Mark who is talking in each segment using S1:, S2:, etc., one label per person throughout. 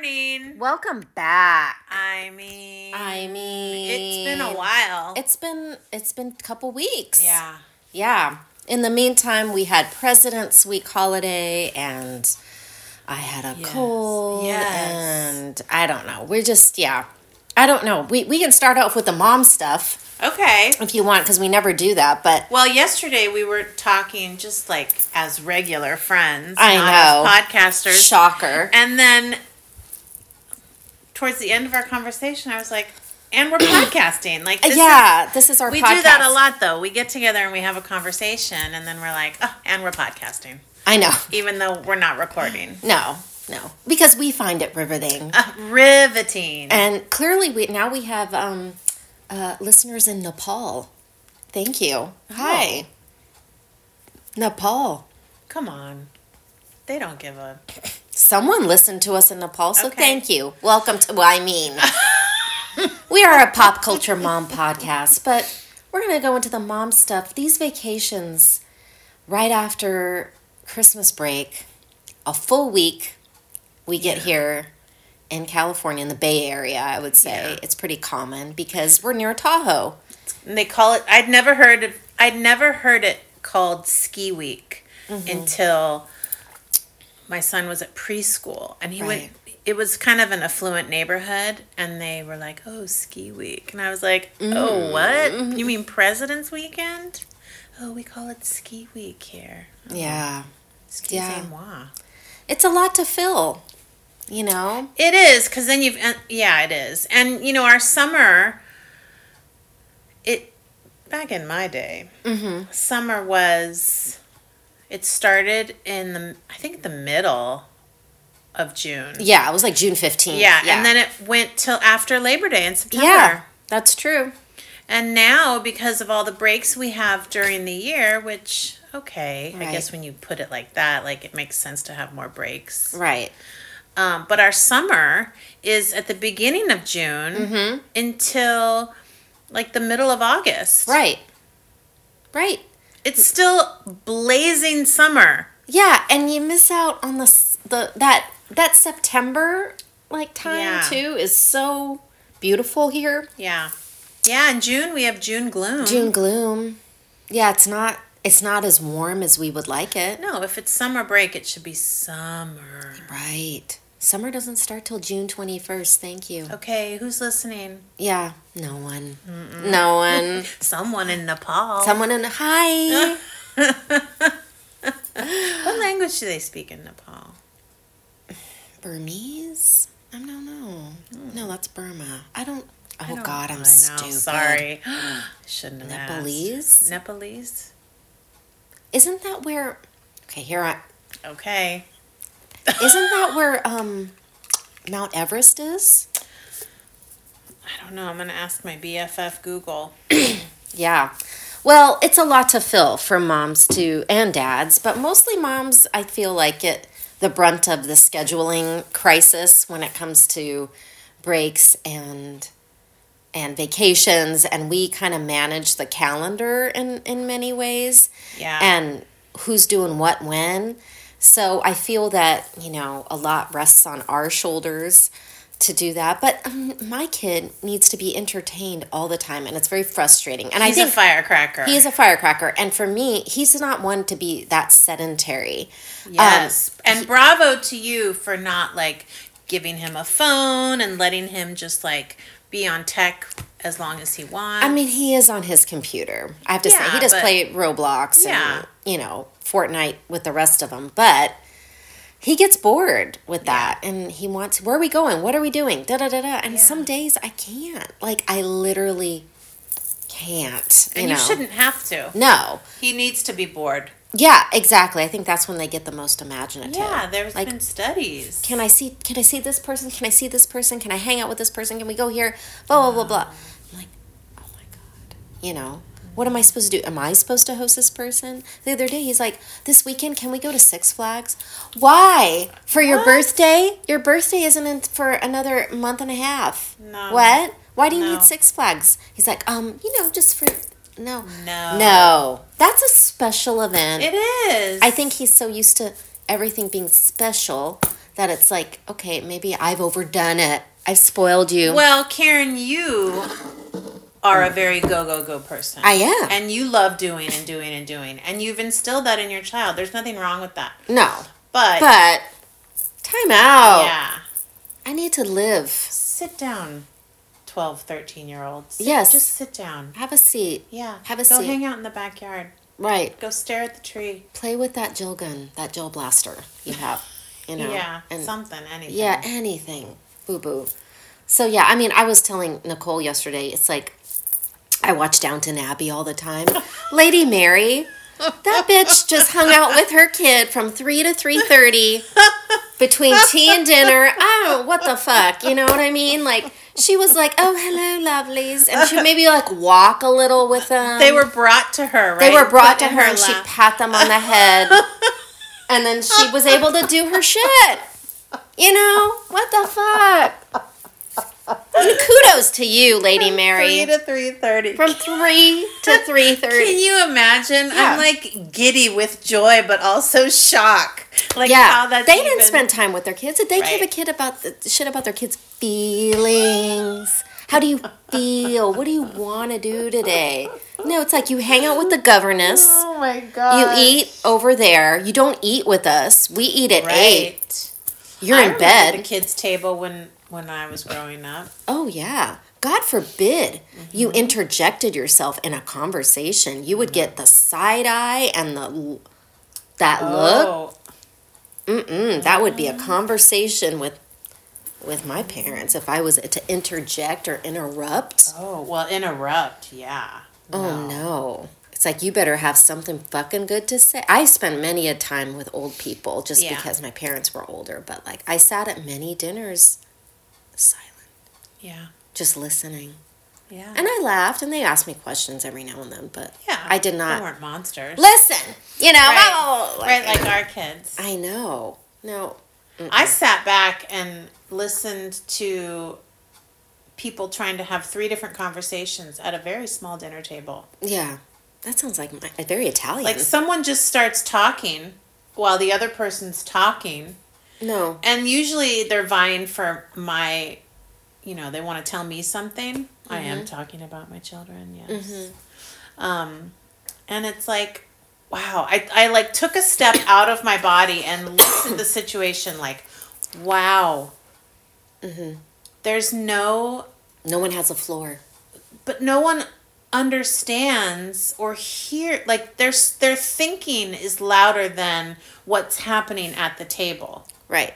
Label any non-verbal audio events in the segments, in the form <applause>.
S1: mean,
S2: Welcome back.
S1: I mean,
S3: I mean,
S1: it's been a while.
S3: It's been it's been a couple weeks.
S1: yeah.
S3: Yeah. In the meantime, we had President's Week holiday and I had a
S1: Yes.
S3: cold
S1: Yes.
S3: and I don't know. We're just yeah. I don't know. We we can start off with the mom stuff
S1: Okay.
S3: if you want cuz we never do that, but
S1: Well, yesterday we were talking just like as regular friends,
S3: I
S1: not as podcasters.
S3: shocker.
S1: And then towards the end of our conversation, I was like,
S3: <clears throat>
S1: and we're podcasting. Like, this is-
S3: yeah, this is our
S1: we do that
S3: podcast.
S1: a lot though. We get together and we have a conversation, and then we're like, oh, and we're podcasting,
S3: I know.
S1: even though we're not
S3: <clears throat>
S1: recording.
S3: No. No. Because we find it riveting.
S1: Uh, riveting.
S3: And clearly, we now we have um, uh, listeners in Nepal. Thank you. Hi, Nepal.
S1: Come on. They don't give a.
S3: Someone listened to us in Nepal, so
S1: Okay.
S3: thank you. Welcome to. Well, I
S1: <laughs>
S3: mean, we are a pop culture mom podcast, but we're gonna go into the mom stuff. These vacations, right after Christmas break, a full week, we get here in California, in the Bay Area. I would say it's pretty common because we're near Tahoe.
S1: And they call it. I'd never heard. Of, I'd never heard it called Ski Week until my son was at preschool, and he went. It was kind of an affluent neighborhood, and they were like, "Oh, Ski Week," and I was like, "Oh, what? You mean President's Weekend?" Oh, we call it Ski Week here.
S3: Yeah,
S1: Ski
S3: Yeah.
S1: moi.
S3: it's a lot to fill. You know,
S1: It is because then you've and- yeah, it is, and you know our summer. It back in my day,
S3: Mm-hmm.
S1: summer was. It started in the I think the middle of June.
S3: yeah, it was like June fifteenth.
S1: Yeah, and then it went till after Labor Day in September.
S3: yeah, that's true.
S1: And now because of all the breaks we have during the year, which okay, I
S3: Right.
S1: guess when you put it like that, like it makes sense to have more breaks.
S3: Right.
S1: Um, but our summer is at the beginning of June
S3: Mm-hmm.
S1: until like the middle of August.
S3: Right. Right.
S1: It's still blazing summer.
S3: Yeah, and you miss out on the s- the that that September like time
S1: Yeah. Mm-hmm.
S3: too is so beautiful here.
S1: Yeah. Yeah, in June we have June gloom.
S3: June gloom. Yeah, it's not it's not as warm as we would like it.
S1: No, if it's summer break, it should be summer.
S3: Right. Summer doesn't start till June 21st. Thank
S1: Oh.
S3: you.
S1: Okay, who's listening?
S3: Yeah, no one. No
S1: <laughs>
S3: one.
S1: Someone in Nepal.
S3: Someone in
S1: <laughs>
S3: hi.
S1: what language do they speak in Nepal?
S3: Burmese? I don't know. No, that's Burma. I don't Oh
S1: Hmm. I don't-
S3: god, I'm
S1: I know,
S3: stupid.
S1: Sorry. <gasps> Shouldn't have asked.
S3: Nepalese?
S1: Nepalese?
S3: Isn't that where? Okay, here I.
S1: Okay.
S3: Isn't that where um, Mount Everest is?
S1: I don't know. I'm going to ask my BFF Google.
S3: Yeah. Well, it's a lot to fill for moms to and dads, but mostly moms. I feel like it the brunt of the scheduling crisis when it comes to breaks and and vacations, and we kind of manage the calendar in in many ways.
S1: Yeah.
S3: and who's doing what when. So I feel that, you know, a lot rests on our shoulders to do that. But um, my kid needs to be entertained all the time, and it's very frustrating. And
S1: he's
S3: I
S1: a
S3: think uh,
S1: firecracker.
S3: he is a firecracker. And for me, he's not one to be that sedentary. Um,
S1: yes. and bravo to you for not like giving him a phone and letting him just like be on tech as long as he wants.
S3: I mean, he is on his computer. I have to say,
S1: Yeah,
S3: he does
S1: but-
S3: play Roblox
S1: Yeah.
S3: and you know Fortnite with the rest of them, but he gets bored with that, and he wants. Where are we going? What are we doing? Da da da da. And some days I can't. Like I literally can't. You
S1: and
S3: know?
S1: you shouldn't have to.
S3: No.
S1: He needs to be bored.
S3: Yeah. Exactly. I think that's when they get the most imaginative.
S1: Yeah, there's
S3: like
S1: been studies.
S3: can I see can I see this person? Can I see this person? Can I hang out with this person? Can we go here? Blah blah blah
S1: Ah.
S3: blah. I'm like, oh my god. You know? What am I supposed to do? Am I supposed to host this person? The other day he's like, This weekend can we go to Six Flags? Why? For your
S1: What?
S3: birthday? Your birthday isn't in for another month and a half.
S1: No.
S3: What? Why do you
S1: No.
S3: need Six Flags? He's like, um, you know, just for no.
S1: No.
S3: No. That's a special event.
S1: It is.
S3: I think he's so used to everything being special that it's like, okay, maybe I've overdone it. I've spoiled you.
S1: Well, Karen, you are a very go go go person.
S3: I am.
S1: And you love doing and doing and doing. And you've instilled that in your child. There's nothing wrong with that.
S3: no.
S1: But,
S3: But oh. time out.
S1: yeah.
S3: I need to live.
S1: Sit down, 12, 13 year olds. Sit-
S3: Yes.
S1: Just sit down.
S3: Have a seat.
S1: Yeah.
S3: Have a
S1: Go
S3: seat.
S1: hang out in the backyard.
S3: Right.
S1: Go stare at the tree.
S3: Play with that gel gun, that gel blaster you have. You know.
S1: Yeah.
S3: And
S1: something, anything.
S3: yeah, anything. Boo boo. So yeah, I mean, I was telling Nicole yesterday, it's like I watch Downton Abbey all the
S1: <laughs>
S3: time. Lady Mary, that bitch just hung out with her kid from three to three thirty between tea and dinner. I don't know what the fuck. You know what I mean? Like she was like, "Oh, hello, lovelies," and she maybe like walk a little with them.
S1: They were brought to her, right?
S3: They were brought
S1: Put
S3: to
S1: in
S3: her, and she
S1: lap.
S3: pat them on the
S1: <laughs>
S3: head. and then she was able to do her shit. You know? What the fuck? And kudos to you, Lady
S1: three
S3: Mary.
S1: to three thirty.
S3: From 3 to 3.30.
S1: Can you imagine?
S3: Yeah.
S1: I'm like giddy with joy, but also shock. Like
S3: Yeah,
S1: how that's
S3: they didn't
S1: even-
S3: spend time with their kids. Did they give a
S1: Right.
S3: kid about the shit about their kids' feelings? How do you feel? What do you want to do today? No, it's like you hang out with the governess.
S1: Oh my
S3: You
S1: god!
S3: eat over there. You don't eat with us. We eat at eight. You're
S1: I
S3: in
S1: remember
S3: bed.
S1: The kids' table when when I was growing up.
S3: Oh, yeah. God forbid
S1: Mm-hmm.
S3: you interjected yourself in a conversation. You would get the side eye and the l- that look.
S1: Oh, Mm-hmm.
S3: Mm-mm, that would be a conversation with with my parents if I was to interject or interrupt.
S1: oh well, interrupt. Yeah.
S3: Oh no. It's like you better have something fucking good to say. I spent many a time with old people just
S1: Yeah.
S3: because my parents were older, but like I sat at many dinners silent,
S1: Yeah.
S3: just listening.
S1: Yeah.
S3: And I laughed, and they asked me questions every now and then, but
S1: yeah.
S3: I did
S1: They
S3: not
S1: weren't monsters.
S3: listen. You know,
S1: Right.
S3: oh,
S1: right, like our kids.
S3: I know. No,
S1: I sat back and listened to people trying to have three different conversations at a very small dinner table.
S3: yeah, that sounds like my, very Italian.
S1: Like someone just starts talking while the other person's talking,
S3: no,
S1: and usually they're vying for my, you know, they want to tell me something. I am talking about my children, yes. Um, and it's like, wow, I, I like took a step out of my body and looked at the situation like, wow. There's no
S3: no one has a floor.
S1: but no one understands or hear like their their thinking is louder than what's happening at the table
S3: Right,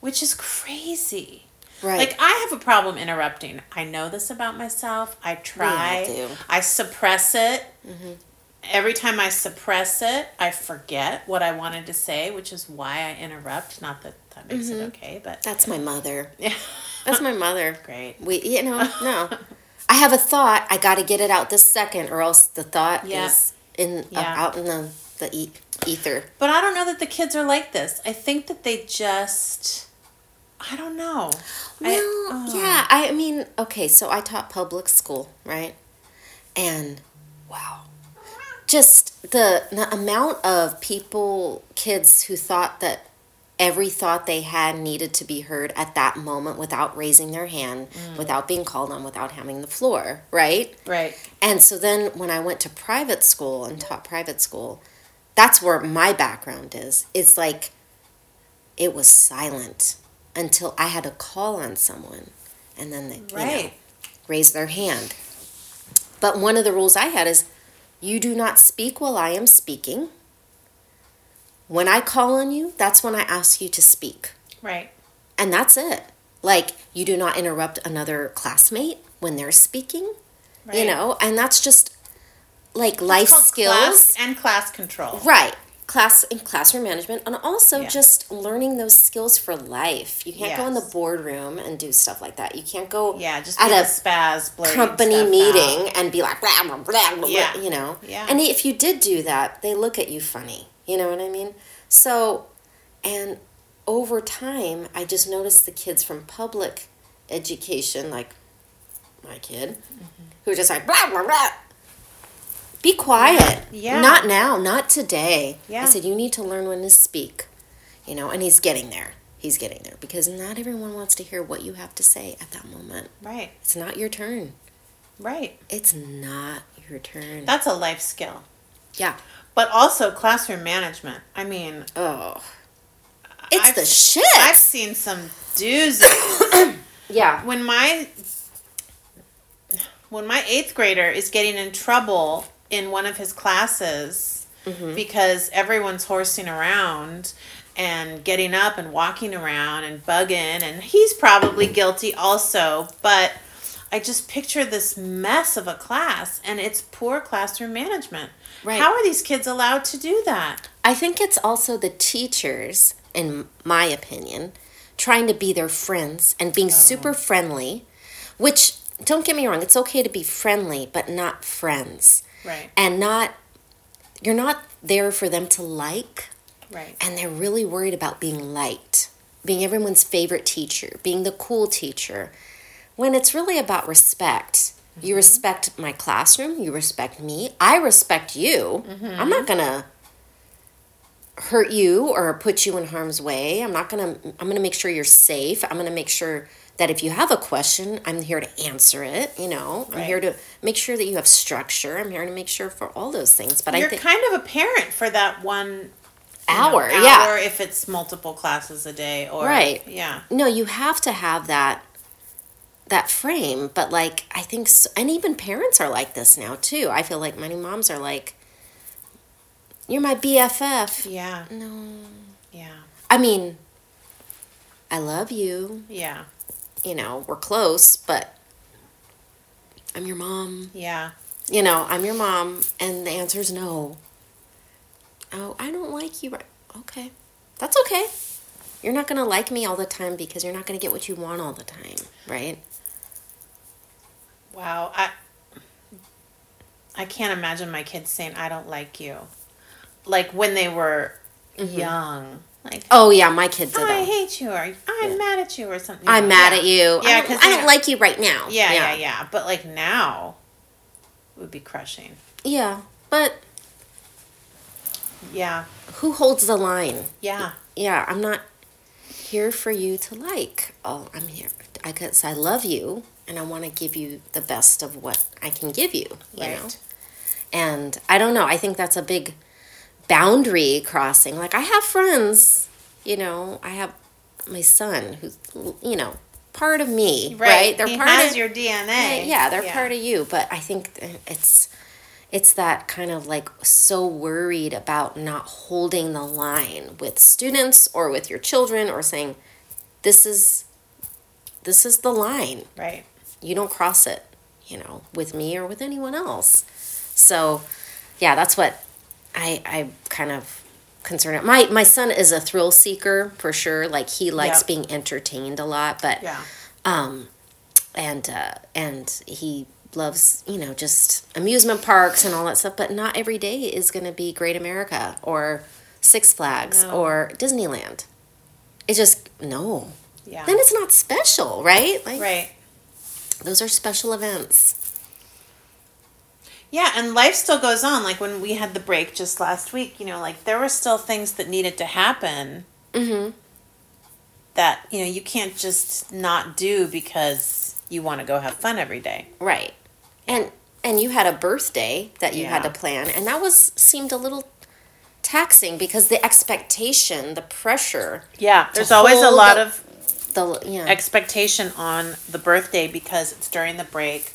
S1: which is crazy
S3: right.
S1: like i have a problem interrupting i know this about myself i try
S3: do. Mm-hmm.
S1: i suppress it every time i suppress it i forget what i wanted to say which is why i interrupt not that that makes
S3: Mm-hmm.
S1: it okay but <laughs>
S3: That's my mother. That's my mother.
S1: great
S3: We, you know, no. I have a thought. I got to get it out this second, or else the thought
S1: Yeah.
S3: is in uh,
S1: Yeah.
S3: out in the the e- ether.
S1: But I don't know that the kids are like this. I think that they just I don't know. I- oh,
S3: Well, yeah. I mean, okay. So I taught public school, right? And wow, just the, the amount of people, kids who thought that every thought they had needed to be heard at that moment without raising their hand, without being called on, without having the floor, right?
S1: Right.
S3: And so then when I went to private school and taught private school, that's where my background is. It's like it was silent until I had to call on someone and then they you know,
S1: Right.
S3: raise their hand. But one of the rules I had is you do not speak while I am speaking. When I call on you, that's when I ask you to speak.
S1: Right.
S3: And that's it. Like, you do not interrupt another classmate when they're speaking,
S1: Right.
S3: you know, and that's just like life
S1: Called
S3: skills.
S1: class and class control.
S3: Right. Class and classroom management, and also
S1: Yeah.
S3: just learning those skills for life. You can't go in the
S1: Yes.
S3: boardroom and do stuff like that. You can't go
S1: Yeah, just
S3: at
S1: at
S3: a
S1: a spaz blurting
S3: company
S1: stuff
S3: meeting
S1: out.
S3: and be like, blah, blah, blah, blah,
S1: Yeah.
S3: you know?
S1: Yeah.
S3: And if you did do that, they look at you funny. You know what I mean? So, and over time, I just noticed the kids from public education, like my kid,
S1: Mm-hmm.
S3: who are just like, blah, blah, blah. Be quiet.
S1: Yeah.
S3: Not now, not today. I
S1: Yeah.
S3: said, you need to learn when to speak, you know, and he's getting there. he's getting there because not everyone wants to hear what you have to say at that moment.
S1: Right.
S3: It's not your turn.
S1: Right.
S3: It's not your turn.
S1: That's a life skill.
S3: yeah.
S1: But also classroom management. I mean,
S3: Oh. It's
S1: I've-
S3: the shit.
S1: I've seen some doozies.
S3: yeah.
S1: when my when my eighth grader is getting in trouble in one of his classes because everyone's horsing around and getting up and walking around and bugging and he's probably guilty also but i just picture this mess of a class and it's poor classroom management
S3: Right.
S1: how are these kids allowed to do that
S3: I think it's also the teachers, in my opinion, trying to be their friends and being
S1: Uh-huh.
S3: super friendly, which don't get me wrong, it's okay to be friendly, but not friends.
S1: right
S3: And not, you're not there for them to like,
S1: right
S3: and they're really worried about being liked, being everyone's favorite teacher, being the cool teacher, when it's really about respect. You
S1: Mm-hmm.
S3: respect my classroom, you respect me, I respect you.
S1: Mm-hmm.
S3: I'm not gonna hurt you or put you in harm's way. I'm not gonna, I'm gonna make sure you're safe. I'm gonna make sure that if you have a question, I'm here to answer it. You know, I'm here
S1: Right.
S3: to make sure that you have structure. I'm here to make sure for all those things. But I
S1: you're
S3: think
S1: kind of a parent for that one
S3: hour,
S1: hour
S3: yeah.
S1: if it's multiple classes a day or
S3: Right.
S1: yeah
S3: no you have to have that that frame but like i think s and even parents are like this now too i feel like many moms are like you're my bff
S1: yeah
S3: no
S1: yeah
S3: i mean i love you
S1: yeah
S3: you know we're close but i'm your mom
S1: yeah
S3: you know i'm your mom and the answer is no oh i don't like you right okay that's okay you're not gonna like me all the time because you're not gonna get what you want all the time right
S1: wow i i can't imagine my kids saying i don't like you like when they were young like
S3: Mm-hmm. Oh yeah, my kid did
S1: i
S3: that.
S1: hate you or "Oh, i'm mad at you or something
S3: I'm mad
S1: Yeah.
S3: at you.
S1: yeah
S3: I don't,
S1: 'cause
S3: I don't
S1: they're-
S3: like you right now.
S1: yeah, yeah yeah
S3: yeah,
S1: but like now it would be crushing
S3: Yeah, But
S1: yeah
S3: who holds the line?
S1: yeah
S3: Yeah, I'm not here for you to like. Oh, I'm here. I cause I love you, and I want to give you the best of what I can give you. You know,
S1: Right.
S3: and I don't know. I think that's a big boundary crossing. Like I have friends. You know, I have my son, who's you know part of me. Right? They're
S1: he
S3: part
S1: has
S3: of
S1: your dna
S3: Eh, yeah they're part of you but i think th- it's it's that kind of like so worried about not holding the line with students or with your children or saying this is this is the line
S1: right
S3: you don't cross it you know with me or with anyone else so yeah that's what i i kind of concerned my my son is a thrill seeker for sure like he likes
S1: Yep.
S3: being entertained a lot but
S1: yeah
S3: um, and uh, and he loves you know just amusement parks and all that stuff. But not every day is going to be Great America or Six Flags
S1: No.
S3: or Disneyland. It's just no.
S1: yeah
S3: Then it's not special, right? Like
S1: right
S3: those are special events.
S1: Yeah, and life still goes on. Like when we had the break just last week, you know, like there were still things that needed to happen
S3: Mm-hmm.
S1: that, you know, you can't just not do because you want to go have fun every day.
S3: Right. And and you had a birthday that you had
S1: Yeah.
S3: to plan, and that was seemed a little taxing because the expectation, the pressure,
S1: Yeah, there's always a
S3: hold
S1: lot
S3: up-
S1: of
S3: the yeah,
S1: expectation on the birthday because it's during the break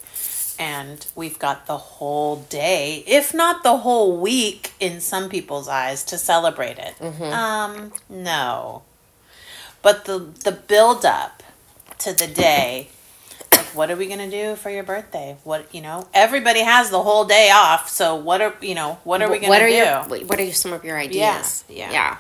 S1: and we've got the whole day, if not the whole week in some people's eyes to celebrate it.
S3: Mm-hmm.
S1: Um, no. But the the build up to the day like what are we going to do for your birthday? What, you know, everybody has the whole day off, so what are, you know, what are we
S3: Wh-
S1: going
S3: what
S1: to
S3: are
S1: do?
S3: your wh- what are your, some of your ideas
S1: yeah.
S3: yeah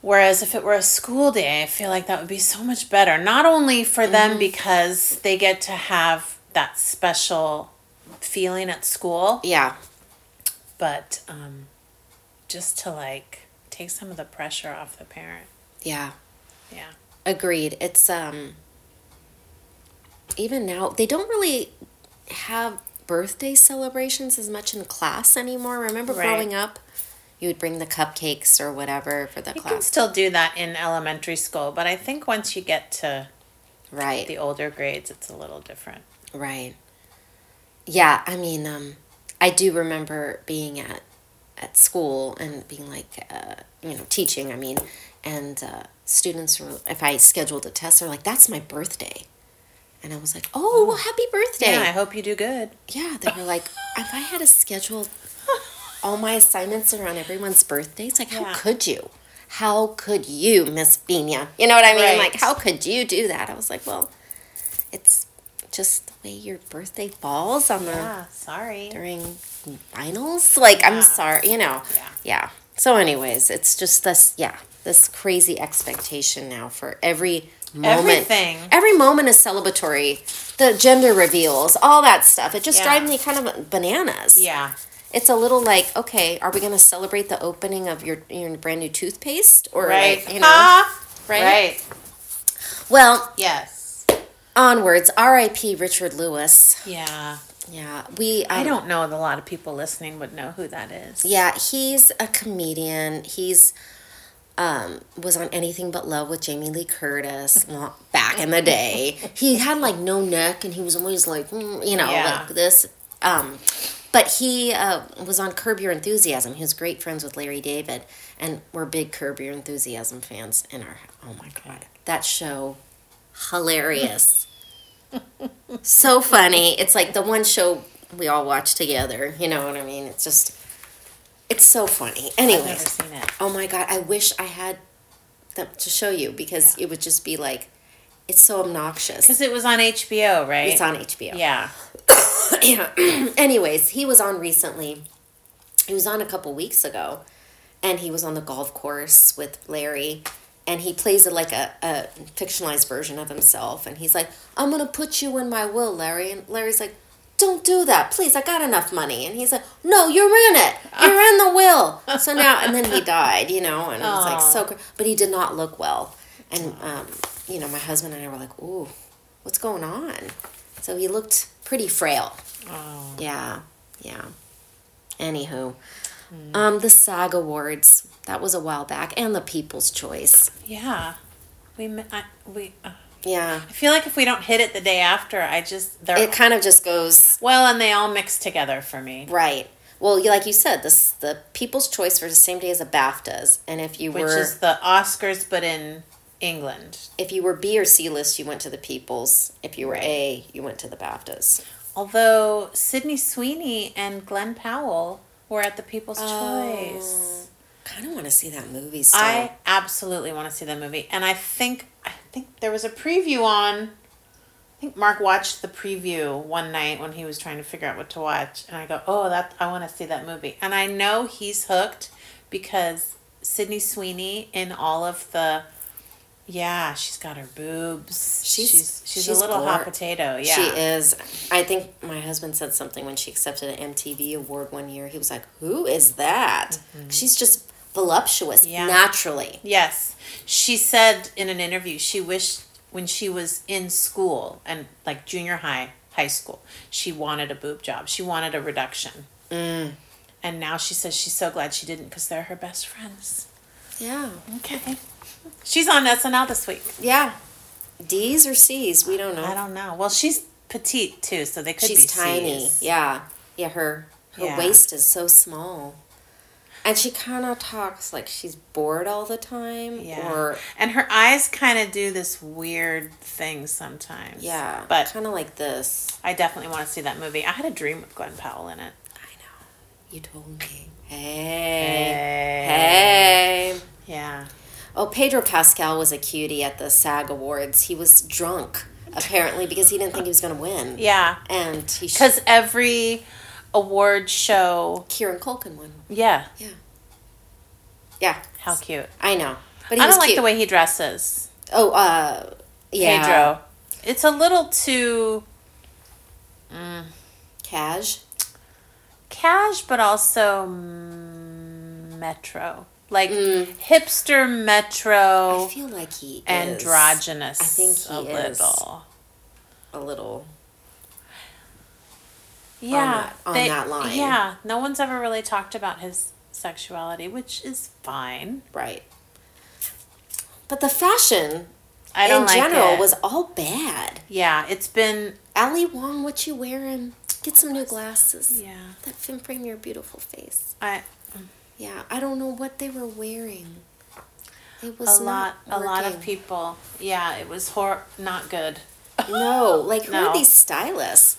S1: Whereas if it were a school day, I feel like that would be so much better. Not only for
S3: Mm-hmm.
S1: them because they get to have that special feeling at school,
S3: yeah
S1: but um, just to like take some of the pressure off the parent.
S3: yeah
S1: Yeah.
S3: agreed it's um even now they don't really have birthday celebrations as much in class anymore remember
S1: Right.
S3: growing up you would bring the cupcakes or whatever for the
S1: You can
S3: class.
S1: still do that in elementary school, but I think once you get to
S3: Right.
S1: the older grades, it's a little different.
S3: Right. Yeah, I mean, um, I do remember being at at school and being like, uh, you know, teaching. I mean, and uh, students were if I scheduled a test, they're like, "That's my birthday," and I was like, "Oh, well, happy birthday!"
S1: Yeah, I hope you do good.
S3: Yeah, they were like, if I had to schedule all my assignments around everyone's birthdays, like, how
S1: Yeah.
S3: could you? How could you, Miss Bina? You know what I mean?
S1: Right.
S3: Like, how could you do that? I was like, well, it's just the way your birthday falls on the
S1: Yeah, sorry.
S3: during finals. Like, I'm
S1: Yeah.
S3: sorry, you know.
S1: Yeah.
S3: Yeah. So, anyways, it's just this, yeah, this crazy expectation now for every moment.
S1: Everything.
S3: Every moment is celebratory. The gender reveals, all that stuff. It just
S1: Yeah.
S3: drives me kind of bananas.
S1: Yeah.
S3: It's a little like, okay, are we going to celebrate the opening of your, your brand new toothpaste? Or,
S1: Right.
S3: like, you know,
S1: <laughs> Ah,
S3: right?
S1: right.
S3: Well,
S1: Yes.
S3: onwards, RIP Richard Lewis.
S1: Yeah.
S3: Yeah. We,
S1: I
S3: um,
S1: don't know. if A lot of people listening would know who that is.
S3: Yeah, he's a comedian. He's um was on Anything But Love with Jamie Lee Curtis well, back in the day. He had like no neck and he was always like, mm, you know,
S1: Yeah.
S3: like this um but he uh, was on Curb Your Enthusiasm. He was great friends with Larry David, and we're big Curb Your Enthusiasm fans in our. Oh my god, that show, hilarious, so funny. It's like the one show we all watch together. You know what I mean? It's just, it's so funny.
S1: I've never
S3: Anyways,
S1: seen it.
S3: oh my god, I wish I had them to show you because it would just be like, it's so obnoxious.
S1: Because it was on HBO, right?
S3: It's on HBO
S1: Yeah.
S3: yeah. <coughs> Anyways, he was on recently. He was on a couple weeks ago, and he was on the golf course with Larry, and he plays like a, a fictionalized version of himself, and he's like, "I'm gonna put you in my will, Larry," and Larry's like. Don't do that, please. I got enough money, and he's like, "No, you're in it. You're in the will." So now, and then he died, you know, and it was like so. Cr- but he did not look well, and um, you know, my husband and I were like, "Ooh, what's going on?" So he looked pretty frail.
S1: Oh.
S3: Yeah, yeah. Anywho, um, the SAG Awards that was a while back, and the People's Choice.
S1: Yeah. We m I we. Uh,
S3: Yeah,
S1: I feel like if we don't hit it the day after, I just they're
S3: it kind of just goes
S1: well, and they all mix together for me.
S3: right. Well, you- like you said, this the People's Choice was the same day as the BAFTAs, and if you
S1: which
S3: were
S1: is the Oscars, but in England.
S3: if you were B or C list, you went to the People's. If you were A, you went to the BAFTAs.
S1: Although Sydney Sweeney and Glenn Powell were at the People's
S3: Oh.
S1: Choice.
S3: Kind of want to see that movie. Still.
S1: I absolutely want to see that movie, and I think I think there was a preview on. I think Mark watched the preview one night when he was trying to figure out what to watch, and I go, "Oh, that I want to see that movie," and I know he's hooked because Sydney Sweeney in all of the. Yeah, she's got her boobs.
S3: She's-
S1: She's she's,
S3: she's
S1: a little
S3: gor-
S1: hot potato. Yeah,
S3: She is. I think my husband said something when she accepted an MTV award one year. He was like, "Who is that? She's just voluptuous
S1: Mm-hmm. Yeah.
S3: naturally."
S1: Yes. She said in an interview she wished when she was in school and like junior high, high school, she wanted a boob job. She wanted a reduction. Mm. And now she says she's so glad she didn't because they're her best friends.
S3: Yeah.
S1: Okay. She's on SNL this week.
S3: Yeah. D's or C's, we don't know.
S1: I don't know. Well, she's petite too, so they could
S3: Oh. She's
S1: be
S3: tiny.
S1: Cs.
S3: Yeah. Yeah, her her
S1: Yeah.
S3: waist is so small. And she kind of talks like she's bored all the time
S1: Yeah.
S3: or
S1: and her eyes kind of do this weird thing sometimes.
S3: yeah,
S1: But
S3: kind of like this.
S1: I definitely want to see that movie. I had a dream with Glenn Powell in it.
S3: I know. You told me. Hey.
S1: Hey.
S3: Hey.
S1: Eh. Yeah.
S3: Oh, Pedro Pascal was a cutie at the SAG Awards. He was drunk, apparently, because he didn't think he was going to win.
S1: Yeah.
S3: And he should.
S1: Because every award show.
S3: Kieran Culkin won.
S1: Yeah.
S3: Yeah. Yeah,
S1: How cute.
S3: I know. But he
S1: I
S3: was
S1: don't like
S3: cute.
S1: the way he dresses,
S3: Oh, uh, yeah.
S1: Pedro. It's a little too
S3: Cash.
S1: cash, but also mm, metro. Like hipster
S3: Mm. I
S1: metro,
S3: feel like he is
S1: androgynous.
S3: I think he
S1: a
S3: is.
S1: little.
S3: a little.
S1: Yeah.
S3: that- on that line.
S1: Yeah. No one's ever really talked about his sexuality, which is fine.
S3: Right. But the fashion
S1: I don't
S3: in
S1: like
S3: general
S1: it.
S3: was all bad.
S1: yeah, it's been
S3: Ali Wong, what you wearing? Get some new glasses.
S1: yeah.
S3: That can frame your beautiful face.
S1: I
S3: Yeah, I don't know what they were wearing. It was
S1: a lot
S3: not
S1: a lot of
S3: working.
S1: people. Yeah, it was hor not good.
S3: <laughs> No, like who
S1: No.
S3: are these stylists?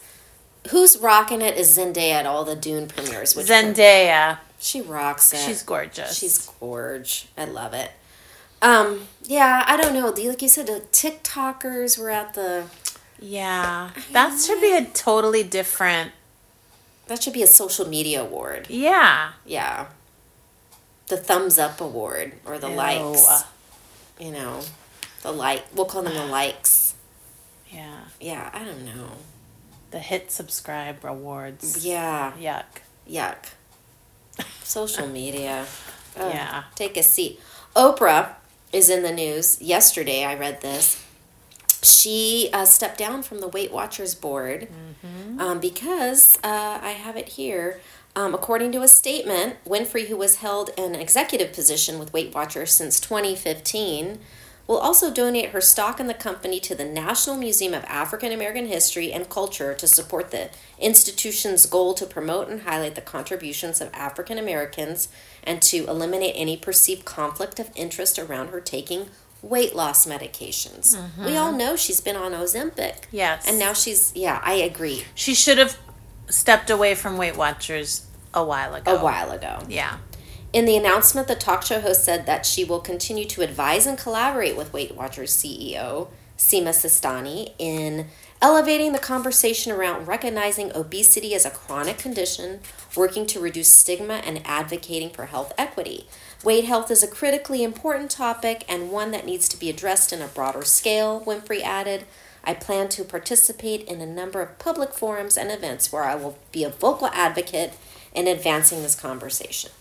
S3: Who's rocking it is Zendaya at all the Dune premieres. Which
S1: Zendaya,
S3: she rocks it.
S1: she's gorgeous.
S3: She's gorge. I love it. Um, yeah, I don't know. The- Like you said, the TikTokers were at the.
S1: yeah. That should be a totally different.
S3: That should be a social media award.
S1: Yeah.
S3: Yeah. The thumbs up award or the
S1: Ew.
S3: likes. You know, the like. We'll call them the likes.
S1: Yeah.
S3: Yeah, I don't know.
S1: The hit subscribe rewards.
S3: Yeah,
S1: Yuck.
S3: yuck. Social media. Ugh,
S1: Yeah.
S3: Take a seat. Oprah is in the news. Yesterday, I read this. She uh, stepped down from the Weight Watchers board um, because uh, I have it here. Um, according to a statement, Winfrey, who was held an executive position with Weight Watchers since 2015, will also donate her stock in the company to the National Museum of African American History and Culture to support the institution's goal to promote and highlight the contributions of African Americans and to eliminate any perceived conflict of interest around her taking weight loss medications. We all know she's been on Ozempic.
S1: Yes.
S3: And now she's, yeah, I agree.
S1: She should have stepped away from Weight Watchers a while ago.
S3: A while ago.
S1: Yeah.
S3: In the announcement, the talk show host said that she will continue to advise and collaborate with Weight Watchers CEO Seema Sistani in elevating the conversation around recognizing obesity as a chronic condition, working to reduce stigma, and advocating for health equity. Weight health is a critically important topic and one that needs to be addressed in a broader scale, Winfrey added. I plan to participate in a number of public forums and events where I will be a vocal advocate in advancing this conversation.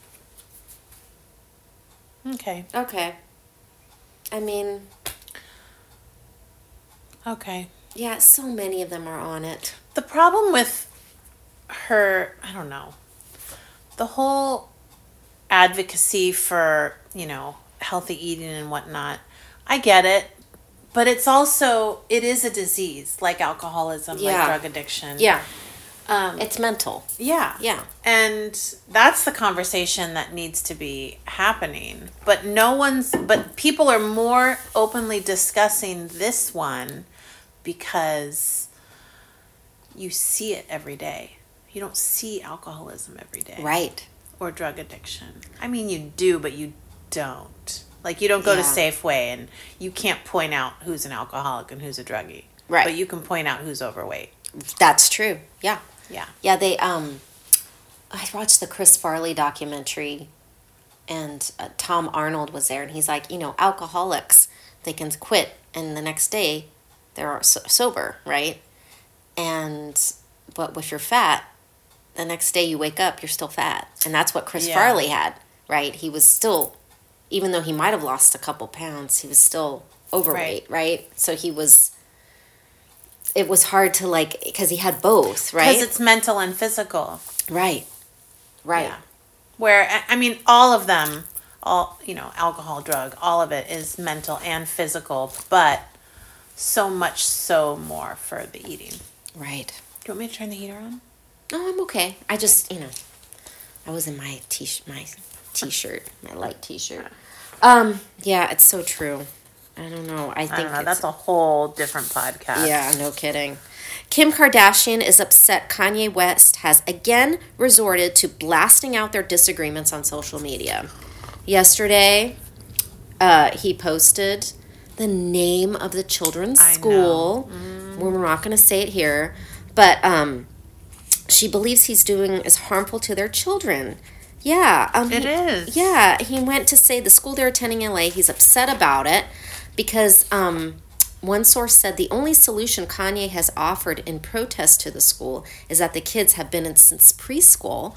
S1: Okay.
S3: Okay. I mean,
S1: Okay.
S3: yeah, so many of them are on it.
S1: The problem with her, I don't know, the whole advocacy for, you know, healthy eating and whatnot, I get it. But it's also, it is a disease like alcoholism,
S3: Yeah.
S1: like drug addiction.
S3: Yeah.
S1: Um,
S3: It's mental.
S1: yeah.
S3: Yeah.
S1: And that's the conversation that needs to be happening. But no one's, but people are more openly discussing this one because you see it every day. You don't see alcoholism every day
S3: Right.
S1: or drug addiction. I mean, you do, but you don't. Like, you don't go to
S3: Yeah.
S1: Safeway and you can't point out who's an alcoholic and who's a druggie.
S3: Right.
S1: But you can point out who's overweight.
S3: That's true. Yeah.
S1: Yeah.
S3: Yeah, they um I watched the Chris Farley documentary and uh, Tom Arnold was there and he's like, you know, alcoholics, they can quit and the next day they're so- sober, right? And but if you're fat, the next day you wake up, you're still fat. And that's what Chris
S1: Yeah.
S3: Farley had, right? He was still even though he might have lost a couple pounds, he was still overweight, right? So he was it was hard to like because he had both, right?
S1: Because it's mental and physical.
S3: Right. Right.
S1: Yeah. Where I- I mean, all of them, all you know, alcohol, drug, all of it is mental and physical, but so much so more for the eating. Do
S3: Right.
S1: you want me to turn the heater on?
S3: No, Oh, I'm okay. I just, you know, I was in my t my t-shirt, my light t-shirt. Um, yeah, it's so true. I don't know. I think
S1: I don't know.
S3: it's-
S1: That's a whole different podcast.
S3: Yeah, no kidding. Kim Kardashian is upset Kanye West has again resorted to blasting out their disagreements on social media. Yesterday, uh, he posted the name of the children's
S1: I know.
S3: school. Mm. We're not going to say it here, but um, she believes he's doing is harmful to their children. Yeah, um,
S1: It
S3: he-
S1: is.
S3: Yeah, he went to say the school they're attending in LA. He's upset about it because um, one source said the only solution Kanye has offered in protest to the school is that the kids have been in since preschool.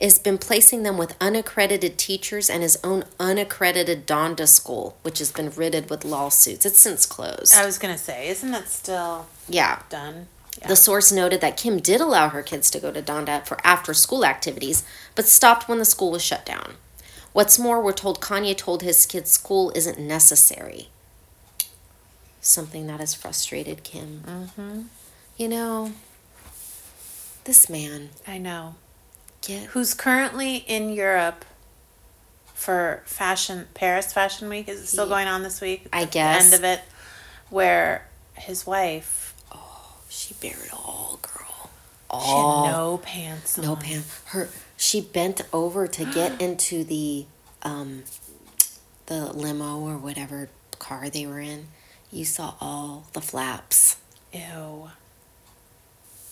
S3: Has been placing them with unaccredited teachers and his own unaccredited Donda school, which has been riddled with lawsuits. It's since closed.
S1: I was gonna say, isn't that still
S3: yeah.
S1: done?
S3: The source noted that Kim did allow her kids to go to Donda for after school activities, but stopped when the school was shut down. What's more, we're told Kanye told his kids school isn't necessary. Something that has frustrated Kim. You know, this man,
S1: I know.
S3: get
S1: Who's currently in Europe for fashion Paris Fashion Week? Is it still
S3: Ye-
S1: going on this week?
S3: I
S1: At the
S3: guess.
S1: end of it, where his wife
S3: she bare it all, girl.
S1: she had
S3: All
S1: Oh. no pants.
S3: No
S1: on.
S3: Pam. Her she bent over to
S1: <gasps>
S3: get into the um the limo or whatever car they were in. You saw all the flaps.
S1: Ew.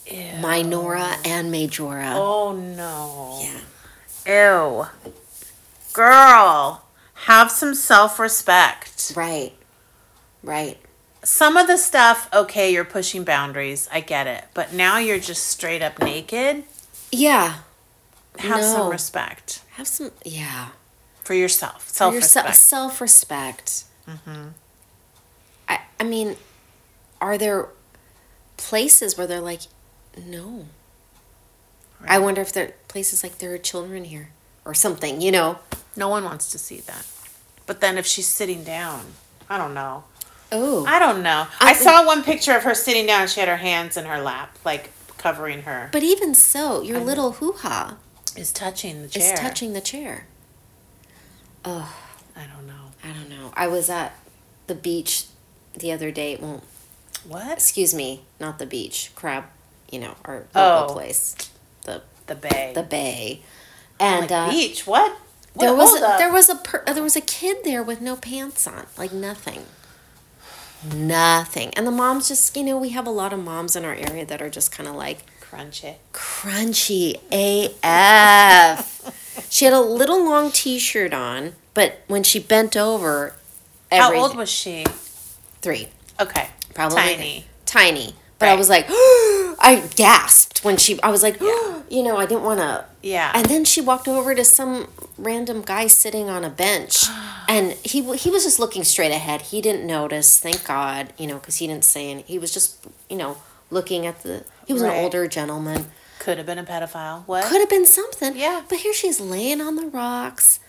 S1: Ew.
S3: Minora and Majora.
S1: Oh no.
S3: Yeah.
S1: Ew. Girl, have some self respect.
S3: Right. Right.
S1: Some of the stuff, okay, you're pushing boundaries. I get it. But now you're just straight up naked.
S3: Yeah.
S1: Have
S3: No.
S1: some respect
S3: Have some yeah.
S1: for yourself. Self
S3: Yourself
S1: respect.
S3: self respect.
S1: Mm-hmm.
S3: I I mean, are there places where they're like, no. I wonder if there are places like there are children here or something, you know.
S1: no one wants to see that. But then if she's sitting down, I don't know.
S3: Oh.
S1: I don't know.
S3: I-
S1: I saw one picture of her sitting down and she had her hands in her lap, like covering her.
S3: But even so, your little hoo ha
S1: Is touching the
S3: is
S1: chair.
S3: touching the chair.
S1: I don't know.
S3: I don't know. I was at the beach the other day. Well,
S1: What?
S3: excuse me, not the beach, crab, you know, our local
S1: Oh.
S3: place, the
S1: The bay.
S3: the bay, and uh,
S1: like beach. What?
S3: there
S1: What?
S3: was
S1: Hold
S3: a,
S1: up.
S3: there was a per, uh, there was a kid there with no pants on, like nothing, nothing. And the moms just, you know, we have a lot of moms in our area that are just kind of like,
S1: crunch it.
S3: crunchy AF. <laughs> she had a little long T-shirt on, but when she bent over,
S1: How
S3: everything-
S1: old was she?
S3: three?
S1: Okay,
S3: Probably
S1: tiny.
S3: tiny. But I
S1: Right.
S3: was like, <gasps> I gasped when she. I was like, <gasps> you know, I didn't want to.
S1: Yeah.
S3: And then she walked over to some random guy sitting on a
S1: <gasps>
S3: bench, and he w- he was just looking straight ahead. He didn't notice. Thank God, you know, because he didn't say anything. He was just, you know, looking at the. He was
S1: Right.
S3: an older gentleman.
S1: Could have been a pedophile. What?
S3: could have been something.
S1: Yeah.
S3: But here she's laying on the rocks,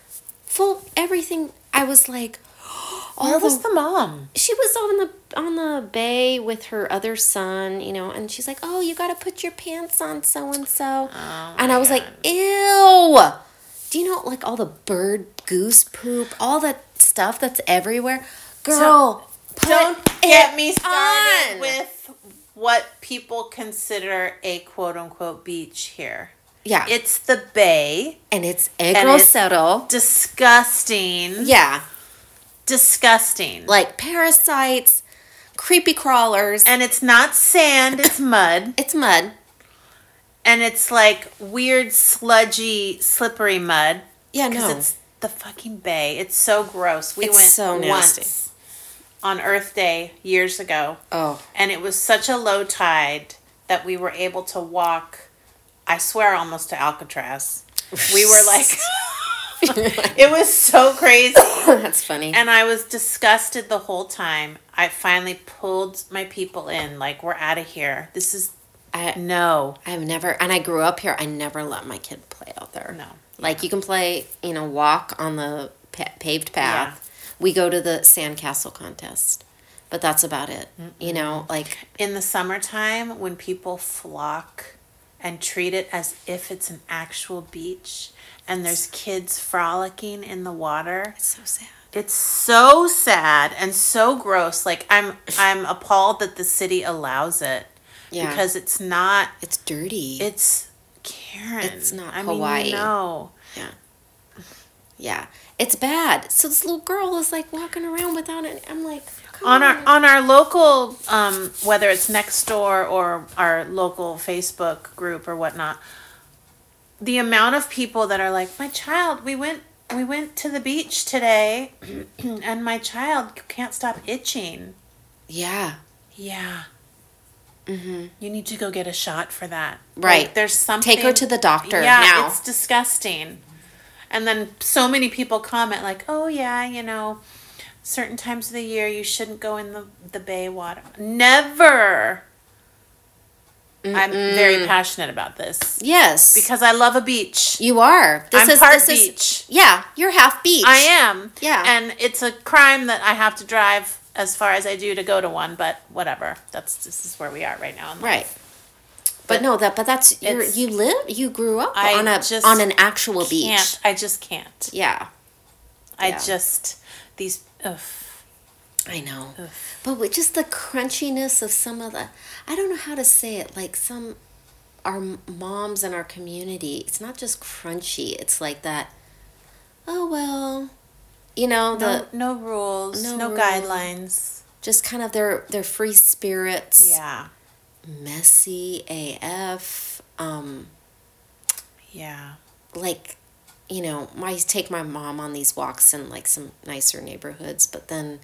S3: full everything. I was like, <gasps> all
S1: Where was
S3: the,
S1: the mom?
S3: she was on the on the bay with her other son, you know, and she's like, oh, you got to put your pants on, so and so,
S1: Oh
S3: and I was like, ew. Do you know like all the bird goose poop, all that stuff that's everywhere, girl? put
S1: Don't
S3: it
S1: get me started
S3: on.
S1: with what people consider a quote unquote beach here.
S3: yeah,
S1: It's the bay.
S3: and it's
S1: and it's- Mm-hmm.
S3: agrosero.
S1: Disgusting.
S3: Yeah,
S1: Disgusting.
S3: like parasites, creepy crawlers.
S1: and it's not sand, it's mud.
S3: It's mud.
S1: And it's like weird, sludgy, slippery mud.
S3: Yeah,
S1: because
S3: no.
S1: it's the fucking bay. It's so gross. We
S3: It's
S1: went
S3: so nasty.
S1: once on Earth Day years ago, <laughs>
S3: oh, <laughs>
S1: and it was such a low tide that we were able to walk. I swear, almost
S3: <laughs>
S1: to Alcatraz. We were like, <laughs> it was so crazy,
S3: that's funny.
S1: and I was disgusted the whole time. I finally pulled my people in, like, we're out of here. This is
S3: I
S1: no,
S3: I've never, and I grew up here. I never let my kid play out there.
S1: no.
S3: Like you can play, you know, walk on the pa- paved path. We go to the sandcastle contest, but that's about it. You know, like
S1: in the summertime when people flock and treat it as if it's an actual beach and there's kids frolicking in the water
S3: it's so sad.
S1: it's so sad and so gross like i'm i'm appalled that the city allows it
S3: Yeah.
S1: because it's not
S3: It's dirty.
S1: it's karen
S3: It's not
S1: I
S3: Hawaii.
S1: mean, no
S3: yeah, yeah. It's bad. So this little girl is like walking around without it. I'm like, come
S1: on our on our local um, whether it's next door or our local facebook group or whatnot the amount of people that are like my child we went we went to the beach today <clears throat> and my child can't stop itching
S3: yeah,
S1: yeah mm-hmm. you need to go get a shot for that
S3: Right.
S1: Like, there's something
S3: Take her to the doctor
S1: yeah
S3: now.
S1: it's disgusting and then so many people comment like oh yeah you know certain times of the year you shouldn't go in the, the bay water. Never. I'm very passionate about this
S3: Yes.
S1: because I love a beach.
S3: you are. This
S1: I'm
S3: is
S1: part
S3: this
S1: beach.
S3: is Yeah, you're half beach.
S1: I am.
S3: Yeah.
S1: And it's a crime that I have to drive as far as I do to go to one, but whatever. That's this is where we are right now. in life.
S3: Right. But,
S1: But
S3: no, that but that's you're,
S1: it's-
S3: you live you grew up
S1: I
S3: on a
S1: just
S3: on an actual beach.
S1: Can't. I just can't.
S3: Yeah.
S1: I
S3: Yeah.
S1: just these. Ugh.
S3: I know. But with just the crunchiness of some of the, I don't know how to say it, like some, our m- moms in our community, it's not just crunchy, it's like that, oh, well, you know, the,
S1: No, no rules.
S3: no
S1: No,
S3: rules.
S1: guidelines.
S3: just kind of their, their free spirits,
S1: Yeah.
S3: messy AF, um,
S1: Yeah.
S3: like you know my take my mom on these walks in like some nicer neighborhoods but then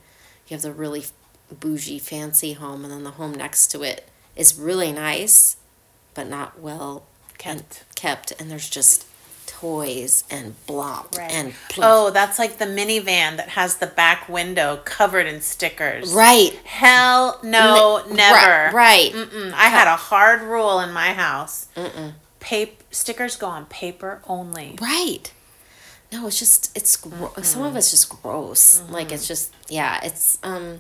S3: you have the really bougie fancy home and then the home next to it is really nice but not well and-
S1: Kept.
S3: kept and there's just toys and blop
S1: Right.
S3: and plop.
S1: oh, that's like the minivan that has the back window covered in stickers.
S3: right
S1: Hell no,
S3: N-
S1: never.
S3: right, right.
S1: Mm-mm. I had a hard rule in my house. Mm-mm. Paper stickers go on paper only.
S3: right no it's just it's gro- some
S1: Mm-hmm.
S3: of it's just gross like it's just yeah it's um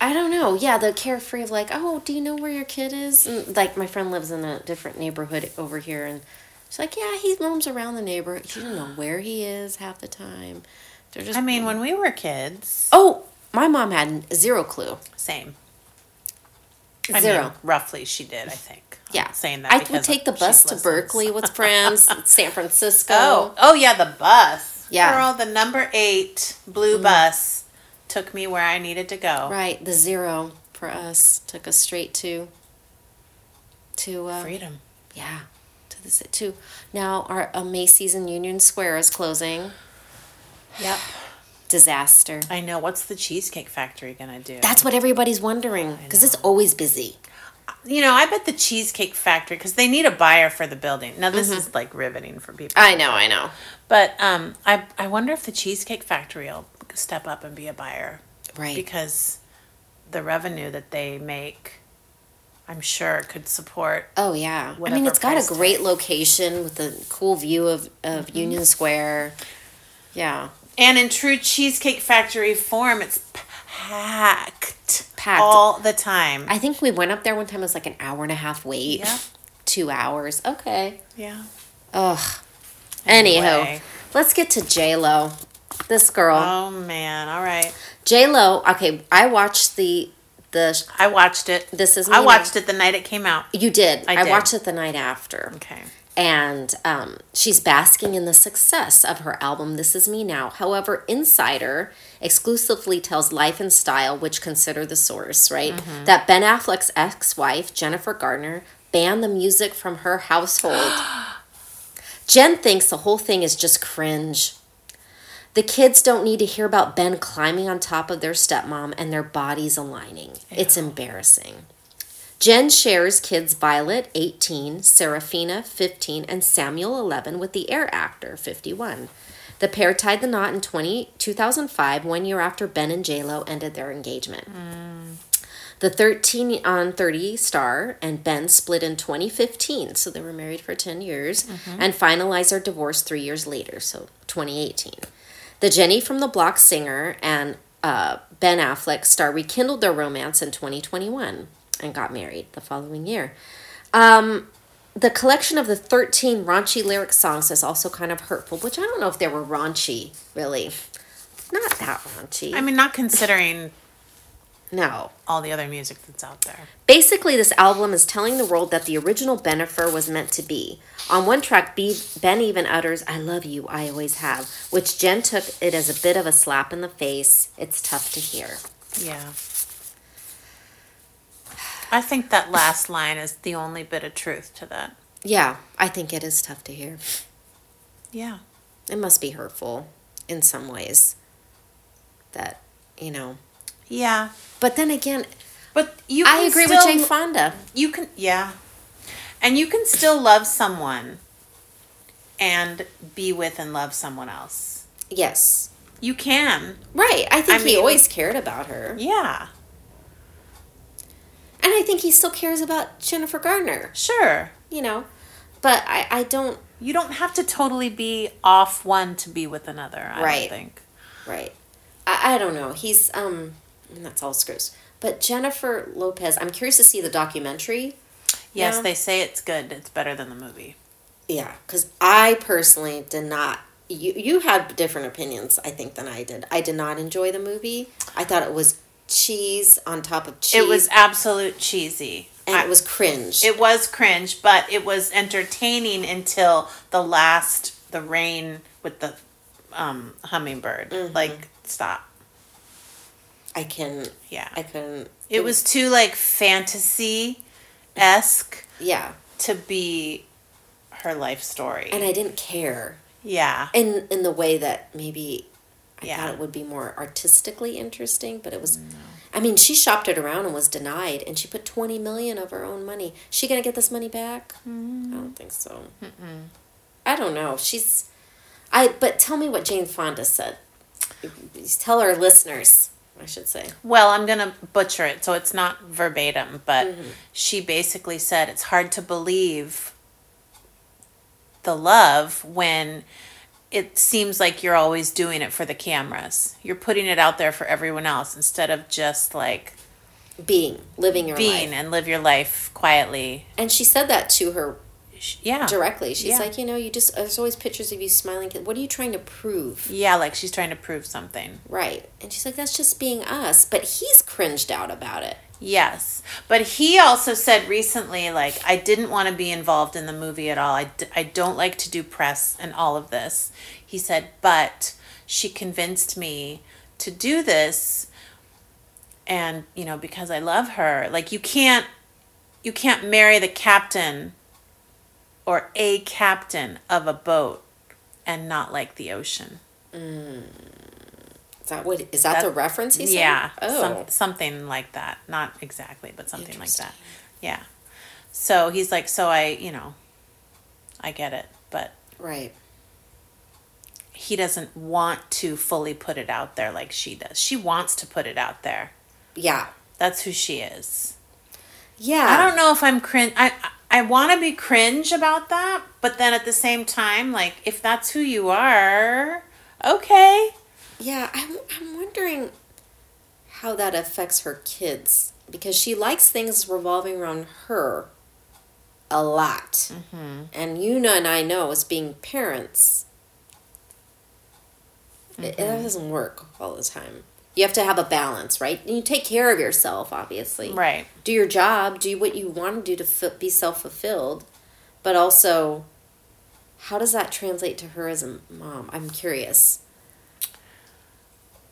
S3: i don't know yeah the carefree of like oh do you know where your kid is and, like my friend lives in a different neighborhood over here and she's like yeah he roams around the neighborhood she don't
S1: <sighs>
S3: know where he is half the time they're just
S1: I mean, when we were kids,
S3: oh my mom had zero clue
S1: same. I
S3: zero
S1: mean, roughly, she did. I think. I'm
S3: yeah
S1: saying that
S3: i would
S1: because
S3: take the
S1: she
S3: bus to
S1: listens.
S3: berkeley with
S1: <laughs>
S3: friends san francisco
S1: Oh, oh yeah, the bus. Mm-hmm.
S3: Yeah.
S1: Girl, the number eight blue bus took me where I needed to go.
S3: Right, the zero for us took us straight to to uh,
S1: Freedom.
S3: yeah to the ci- to now our uh, Macy's in Union Square is closing.
S1: Yep.
S3: Disaster.
S1: I know. What's the Cheesecake Factory gonna do?
S3: That's what everybody's wondering because it's always busy.
S1: you know, I bet the Cheesecake Factory because they need a buyer for the building. Now this is like riveting for people.
S3: I know, I know.
S1: Mm-hmm. But um, I I wonder if the Cheesecake Factory will step up and be a buyer
S3: Right.
S1: because the revenue that they make, I'm sure, could support.
S3: oh yeah. I mean,
S1: Whatever
S3: it's got a
S1: price
S3: great location with a cool view of of Union Square. Yeah.
S1: And in true Cheesecake Factory form, it's packed,
S3: Packed.
S1: all the time.
S3: I think we went up there one time. It was like an hour and a half wait.
S1: Yeah.
S3: Two hours. Okay.
S1: yeah.
S3: Ugh. Anywho,
S1: Anyway.
S3: let's get to J Lo. This girl,
S1: Oh man! All right,
S3: J Lo. Okay, I watched the the.
S1: I watched it.
S3: This is
S1: I
S3: me
S1: watched it the night it came out.
S3: You did. I,
S1: I did.
S3: watched it the night after,
S1: Okay.
S3: and um, she's basking in the success of her album "This Is Me Now." However, Insider exclusively tells Life and Style, which consider the source, right, that Ben Affleck's ex-wife Jennifer Gardner banned the music from her household. Jen thinks the whole thing is just cringe. The kids don't need to hear about Ben climbing on top of their stepmom and their bodies aligning. It's embarrassing. Jen shares kids Violet, 18, Serafina, 15, and Samuel, 11, with the air actor, 51. The pair tied the knot in 20, 2005, one year after Ben and J-Lo ended their engagement. The 13 on 30 star and Ben split in 2015, so they were married for 10 years
S1: Mm-hmm.
S3: and finalized their divorce three years later, so 2018. The Jenny from the Block singer and uh, Ben Affleck star rekindled their romance in 2021 and got married the following year. Um, the collection of the 13 raunchy lyric songs is also kind of hurtful, which I don't know if they were raunchy, really. Not that raunchy.
S1: I mean, not considering
S3: no.
S1: all the other music that's out there.
S3: Basically, this album is telling the world that the original Benifer was meant to be. On one track, B- Ben even utters, I love you, I always have, which Jen took it as a bit of a slap in the face. It's tough to hear.
S1: Yeah. I think that last line is the only bit of truth to that.
S3: Yeah, I think it is tough to hear.
S1: Yeah.
S3: It must be hurtful in some ways. That, you know.
S1: Yeah.
S3: But then again,
S1: But you
S3: I
S1: can
S3: agree
S1: still,
S3: with Jay Fonda.
S1: You can yeah. And you can still love someone and be with and love someone else.
S3: Yes.
S1: You can.
S3: Right. I think he
S1: I mean-
S3: always cared about her.
S1: Yeah.
S3: and I think he still cares about Jennifer Gardner,
S1: Sure.
S3: you know. But I, I don't
S1: You don't have to totally be off one to be with another, I
S3: Right.
S1: don't think.
S3: right. I, I don't know. He's um I mean that's all screws. But Jennifer Lopez, I'm curious to see the documentary.
S1: Yes,
S3: Yeah.
S1: they say it's good. It's better than the movie.
S3: Yeah, because I personally did not. You you had different opinions, I think, than I did. I did not enjoy the movie. I thought it was cheese on top of cheese.
S1: It was absolute cheesy.
S3: and it was cringe.
S1: It was cringe, but it was entertaining until the last the rain with the um hummingbird.
S3: Mm-hmm.
S1: Like stop.
S3: I can.
S1: Yeah.
S3: I couldn't.
S1: it was too like fantasy esque
S3: Yeah,
S1: to be her life story.
S3: and I didn't care
S1: yeah.
S3: in in the way that maybe I
S1: Yeah.
S3: thought it would be more artistically interesting, but it was. I mean, she shopped it around and was denied, and she put twenty million of her own money. She gonna get this money back? I
S1: Mm.
S3: don't think so. I don't know. She's, I. But tell me what Jane Fonda said. Tell our listeners, I should say.
S1: Well, I'm going to butcher it, so it's not verbatim, but
S3: Mm-hmm.
S1: she basically said it's hard to believe the love when it seems like you're always doing it for the cameras. You're putting it out there for everyone else instead of just like
S3: Being living your
S1: being
S3: life,
S1: and live your life quietly.
S3: and she said that to her
S1: Sh- Yeah.
S3: directly. She's
S1: Yeah.
S3: like, you know, you just there's always pictures of you smiling. What are you trying to prove?
S1: Yeah, like she's trying to prove something.
S3: Right. And she's like, that's just being us. But he's cringed out about it.
S1: Yes. But he also said recently, like, I didn't want to be involved in the movie at all. I, d- I don't like to do press and all of this. He said, but she convinced me to do this. And, you know, because I love her, like, you can't, you can't marry the captain or a captain of a boat and not like the ocean.
S3: Is that what is that, the
S1: That-
S3: reference he said?
S1: Yeah,
S3: Oh.
S1: some, something like that. Not exactly, but something like that. Yeah. So he's like, so I, you know, I get it, but
S3: Right.
S1: he doesn't want to fully put it out there like she does. She wants to put it out there.
S3: Yeah.
S1: That's who she is.
S3: Yeah.
S1: I don't know if I'm cringe. I I want to be cringe about that, but then at the same time, like if that's who you are, okay.
S3: Yeah, I'm, I'm wondering how that affects her kids because she likes things revolving around her a lot.
S1: Mm-hmm.
S3: And Yuna and I know as being parents, it,
S1: Mm-hmm.
S3: that doesn't work all the time. You have to have a balance, right? And you take care of yourself, obviously.
S1: Right.
S3: Do your job, do what you want to do to fi- be self fulfilled, but also, how does that translate to her as a mom? I'm curious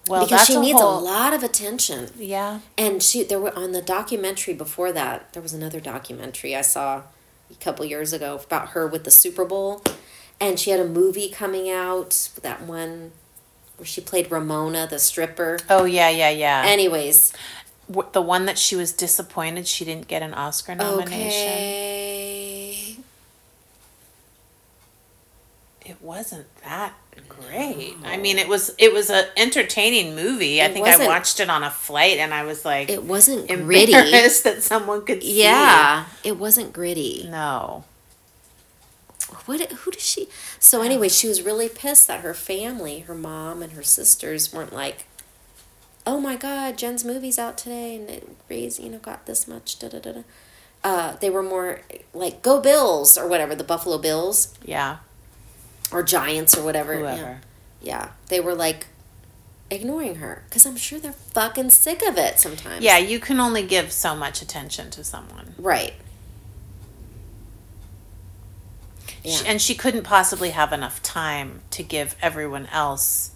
S1: Well,
S3: because
S1: that's
S3: she needs
S1: whole-
S3: a lot of attention.
S1: Yeah.
S3: And she there were on the documentary before that, there was another documentary I saw a couple years ago about her with the Super Bowl. And she had a movie coming out, that one where she played Ramona the stripper.
S1: Oh yeah, yeah, yeah.
S3: Anyways,
S1: w- the one that she was disappointed she didn't get an Oscar nomination.
S3: okay.
S1: It wasn't that great. I mean, it was it was a entertaining movie. I
S3: It
S1: think
S3: wasn't-
S1: I watched it on a flight and I was like
S3: It wasn't gritty.
S1: embarrassed that someone could see.
S3: Yeah, it wasn't gritty.
S1: No.
S3: What? Who does she? So anyway, she was really pissed that her family, her mom and her sisters, weren't like, "Oh my God, Jen's movie's out today, and it raised, you know, got this much." Da da da da. Uh, they were more like "Go Bills" or whatever, the Buffalo Bills
S1: Yeah.
S3: or Giants or whatever.
S1: Whoever.
S3: Yeah. yeah, they were like ignoring her because I'm sure they're fucking sick of it sometimes.
S1: Yeah, you can only give so much attention to someone.
S3: right.
S1: She,
S3: Yeah.
S1: and she couldn't possibly have enough time to give everyone else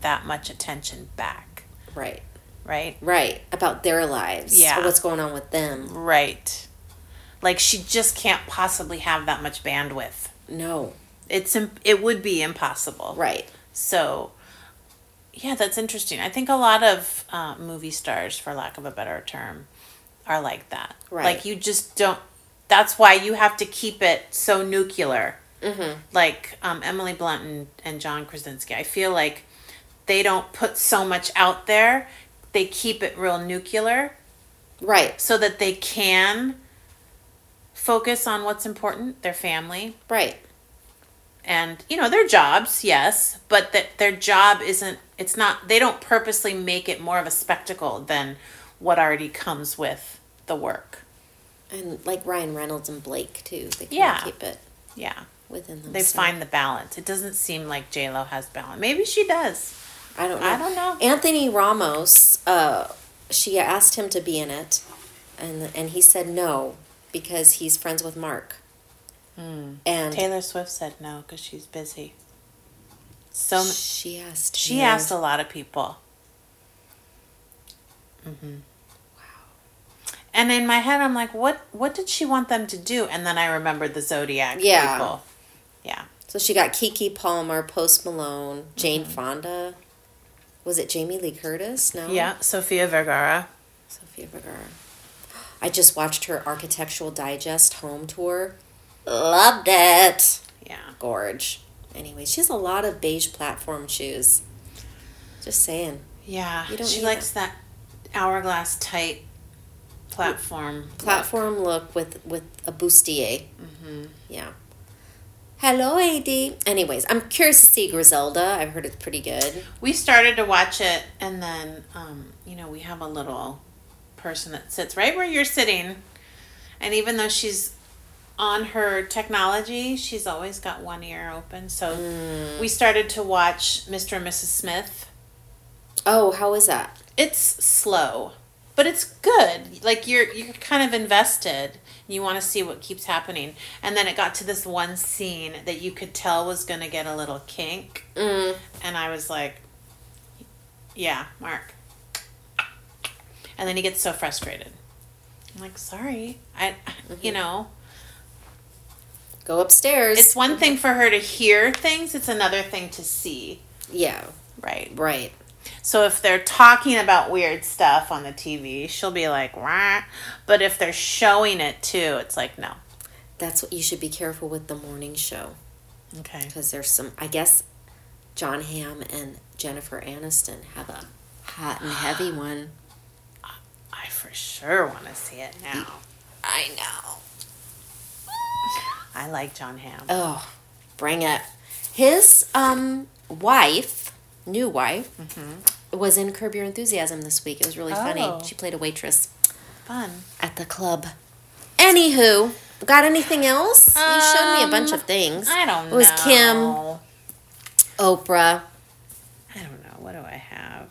S1: that much attention back,
S3: Right.
S1: right?
S3: Right. About their lives.
S1: Yeah.
S3: Or what's going on with them.
S1: Right. Like she just can't possibly have that much bandwidth.
S3: No.
S1: It's im- it would be impossible.
S3: Right.
S1: So, yeah, that's interesting. I think a lot of uh, movie stars, for lack of a better term, are like that.
S3: Right.
S1: Like you just don't. That's why you have to keep it so nuclear. Mm-hmm. Like um, Emily Blunt and, and John Krasinski. I feel like they don't put so much out there. They keep it real nuclear
S3: Right.
S1: so that they can focus on what's important their family
S3: Right.
S1: and you know their jobs yes but that their job isn't it's not they don't purposely make it more of a spectacle than what already comes with the work
S3: And like Ryan Reynolds and Blake too. They can
S1: Yeah.
S3: keep it
S1: yeah
S3: within
S1: they
S3: themselves.
S1: find the balance it doesn't seem like j-lo has balance maybe she does
S3: I don't know.
S1: I don't know.
S3: Anthony Ramos, uh, she asked him to be in it, and and he said no because he's friends with Mark.
S1: Hmm.
S3: And
S1: taylor swift said no because she's busy so m-
S3: she asked.
S1: she
S3: him.
S1: asked a lot of people
S3: Mm-hmm.
S1: and in my head i'm like what what did she want them to do and then i remembered the zodiac
S3: Yeah.
S1: people yeah
S3: So she got Kiki Palmer, Post Malone, Jane
S1: Mm-hmm.
S3: Fonda. Was it Jamie Lee Curtis? No.
S1: yeah sofia vergara
S3: Sophia Vergara. <gasps> I just watched her Architectural Digest home tour. Loved it.
S1: yeah
S3: Gorge. Anyway, she has a lot of beige platform shoes. Just saying.
S1: yeah
S3: You don't
S1: she
S3: need
S1: likes that hourglass tight platform
S3: Platform look Mm-hmm. with with a bustier. Yeah. Hello, AD. Anyways, I'm curious to see Griselda. I've heard it's pretty good.
S1: we started to watch it and then um, you know we have a little person that sits right where you're sitting and even though she's on her technology she's always got one ear open so we started to watch mr and mrs smith
S3: Oh, how is that?
S1: it's slow but it's good like you're you're kind of invested you want to see what keeps happening and then it got to this one scene that you could tell was going to get a little kink
S3: Mm.
S1: and I was like, yeah, Mark. And then he gets so frustrated. I'm like, sorry. I, you know,
S3: Go upstairs.
S1: it's one thing for her to hear things, it's another thing to see.
S3: yeah,
S1: Right.
S3: right.
S1: So if they're talking about weird stuff on the TV, she'll be like, Wah. but if they're showing it too, it's like, no.
S3: That's what you should be careful with the morning show
S1: Okay.
S3: because there's some. I guess John Hamm and Jennifer Aniston have a hot and
S1: <gasps>
S3: heavy one.
S1: I for sure want to see it now.
S3: I know.
S1: I like John Hamm.
S3: Oh, bring it. His um wife, new wife, was in Curb Your Enthusiasm this week. It was really
S1: Mm-hmm. Oh.
S3: funny. She played a waitress
S1: Fun.
S3: at the club. Anywho, got anything else? you showed me a bunch
S1: Um,
S3: of things.
S1: I don't know.
S3: It was Kim, Oprah.
S1: I don't know. What do I have?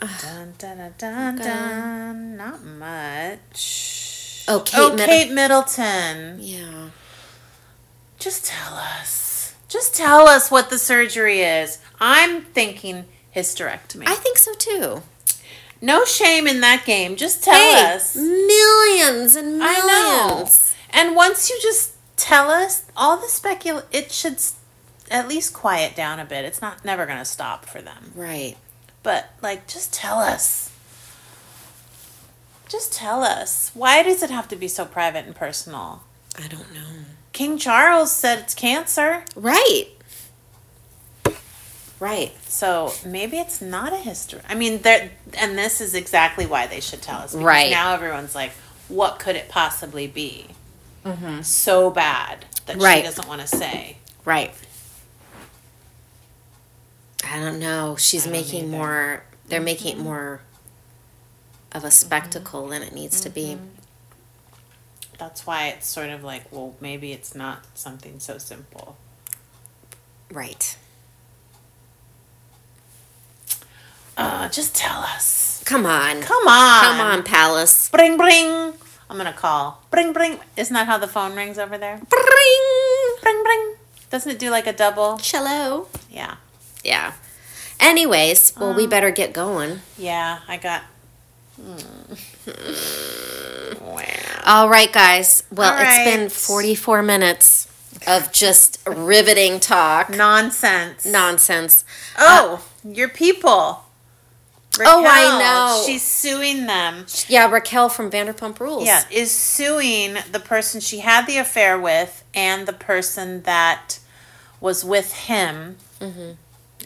S1: dun, dun, dun, dun, dun. Not much.
S3: Oh, Kate Middle-
S1: Kate Middleton.
S3: Yeah.
S1: Just tell us. Just tell us what the surgery is. I'm thinking hysterectomy.
S3: I think so too.
S1: no shame in that game. Just tell
S3: hey,
S1: us.
S3: millions and
S1: I know.
S3: millions.
S1: And once you just tell us all the specul, it should s- at least quiet down a bit. It's not never going to stop for them.
S3: Right.
S1: But like, just tell us. Just tell us. Why does it have to be so private and personal?
S3: I don't know.
S1: King Charles said it's cancer,
S3: Right. Right.
S1: so maybe it's not a history. I mean, there, and this is exactly why they should tell us. because
S3: Right.
S1: now, everyone's like, "What could it possibly be?" Mm-hmm. So bad that she
S3: Right.
S1: doesn't want to say.
S3: Right. I don't know. She's making
S1: either.
S3: more. They're making it more of a spectacle than it needs to be.
S1: That's why it's sort of like, well, maybe it's not something so simple.
S3: Right.
S1: Uh, just tell us.
S3: Come on. Come
S1: Come on.
S3: on, Palace.
S1: Bring, bring. I'm gonna call. Bring, bring. Isn't that how the phone rings over there?
S3: Bring.
S1: Bring, bring. Doesn't it do like a double?
S3: Cello.
S1: Yeah.
S3: Yeah. Anyways, well, we better get going.
S1: Yeah, I got. Hmm. Mm. Wow.
S3: All right, guys. Well,
S1: All
S3: it's been
S1: right.
S3: 44 minutes of just riveting talk.
S1: <laughs> Nonsense.
S3: Nonsense.
S1: Oh, your people.
S3: Uh. Oh, I
S1: Raquel,
S3: know.
S1: She's suing them.
S3: Yeah, Raquel from Vanderpump Rules.
S1: Yeah, is suing the person she had the affair with and the person that was with him